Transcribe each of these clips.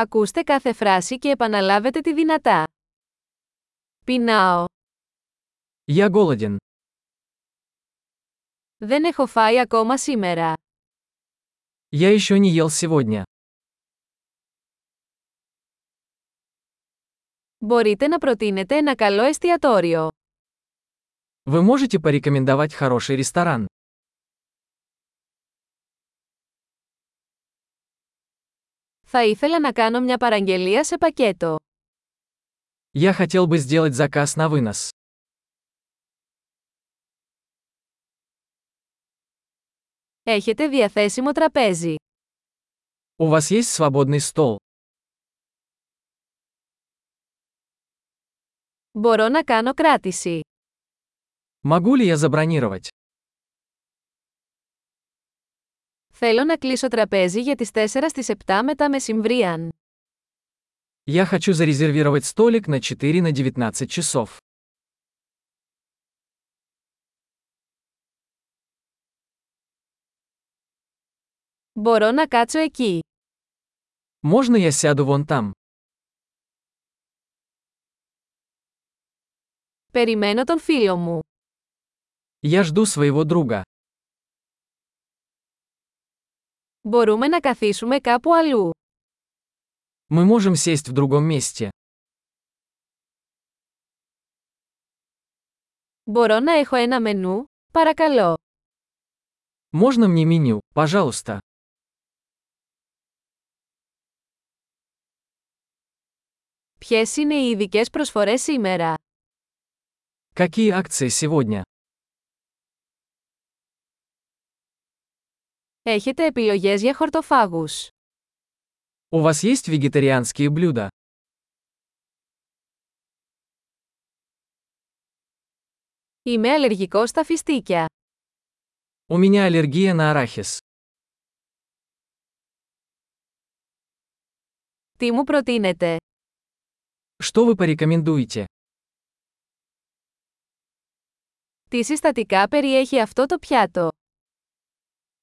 Ακούστε κάθε φράση και επαναλάβετε τη δυνατά. Πεινάω. Я голоден. Δεν έχω φάει ακόμα σήμερα. Я еще не ел сегодня. Μπορείτε να προτείνετε ένα καλό εστιατόριο. Вы можете порекомендовать хороший ресторан? Θα ήθελα να κάνω μια παραγγελία σε πακέτο. Я хотел бы сделать заказ на вынос. Έχετε διαθέσιμο τραπέζι. У вас есть свободный стол? Μπορώ να κάνω κράτηση. Могу ли я забронировать? Θέλω να κλείσω τραπέζι για τις 4 στις 7 μετά μεσημβρίαν. Я хочу зарезервировать столик на 4 на 19 часов. Μπορώ να κάτσω εκεί. Можно я сяду вон там? Περιμένω τον φίλο μου. Я жду своего друга. Μπορούμε να καθίσουμε κάπου αλλού. Мы можем сесть в другом месте. Μπορώ να έχω ένα μενού, παρακαλώ. Можно мне меню, пожалуйста? Ποιες είναι οι ειδικές προσφορές σήμερα. Какие акции сегодня? Έχετε επιλογές για χορτοφάγους. У вас есть вегетарианские блюда? Είμαι αλλεργικός στα φιστίκια. У меня аллергия на арахис. Τι μου προτείνετε. Что вы порекомендуете? Τι συστατικά περιέχει αυτό το πιάτο.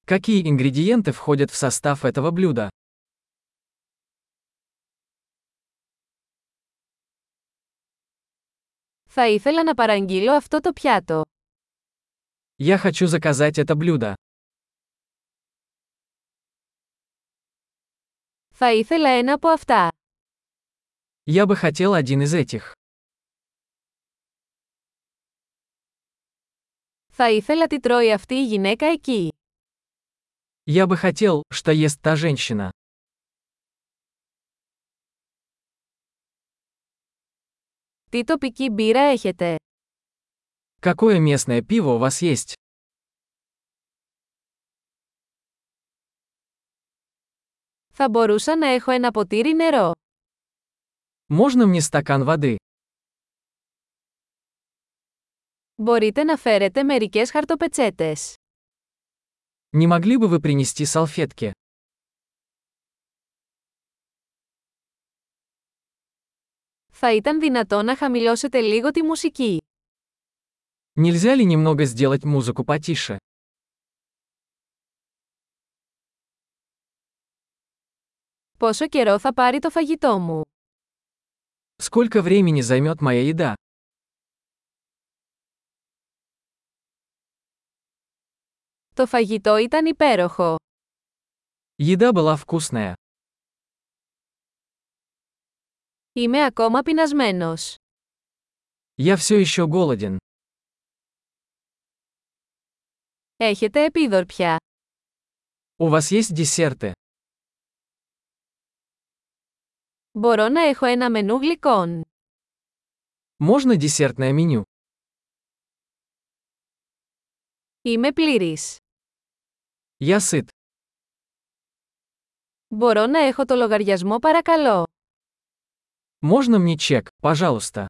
Какие ингредиенты входят в состав этого блюда? Θα ήθελα να παραγγείλω αυτό το πιάτο. Я хочу заказать это блюдо. Θα ήθελα ένα από αυτά. Я бы хотел один из этих. Θα ήθελα τι τρώει αυτή η γυναίκα εκεί. Я бы хотел, что ест та женщина. Τι τοπική μπύρα έχετε. Какое местное пиво у вас есть? Θα μπορούσα να έχω ένα ποτήρι νερό. Можно мне стакан воды? Μπορείτε να φέρετε μερικές χαρτοπετσέτες. Не могли бы вы принести салфетки? Θα ήταν δυνατό να χαμηλώσετε λίγο τη μουσική. Нельзя ли немного сделать музыку потише? Πόσο καιρό θα πάρει το φαγητό μου. Сколько времени займет моя еда? Το φαγητό ήταν υπέροχο. Еда была вкусная. Είμαι ακόμα πεινασμένος. Я все еще голоден. Έχετε επίδορπια. У вас есть десерты? Μπορώ να έχω ένα μενού γλυκών. Можно десертное меню? Είμαι πλήρης. Я сыт. Μπορώ να έχω το λογαριασμό παρακαλώ. Можно мне чек, пожалуйста?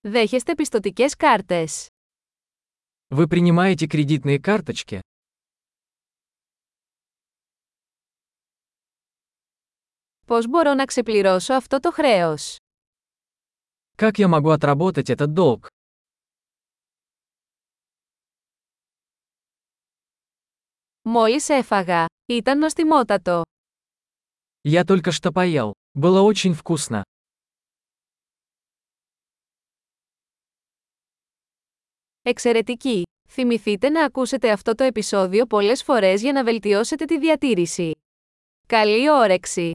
Δέχεστε πιστοτικές κάρτες. Вы принимаете кредитные карточки? Πώς μπορώ να ξεπληρώσω αυτό το χρέος. Как я могу отработать этот долг? Μου Μόλις έφαγα. Ήταν νοστιμότατο. Я только что поел. Было очень вкусно. Εξαιρετική! Θυμηθείτε να ακούσετε αυτό το επεισόδιο πολλές φορές για να βελτιώσετε τη διατήρηση. Καλή όρεξη!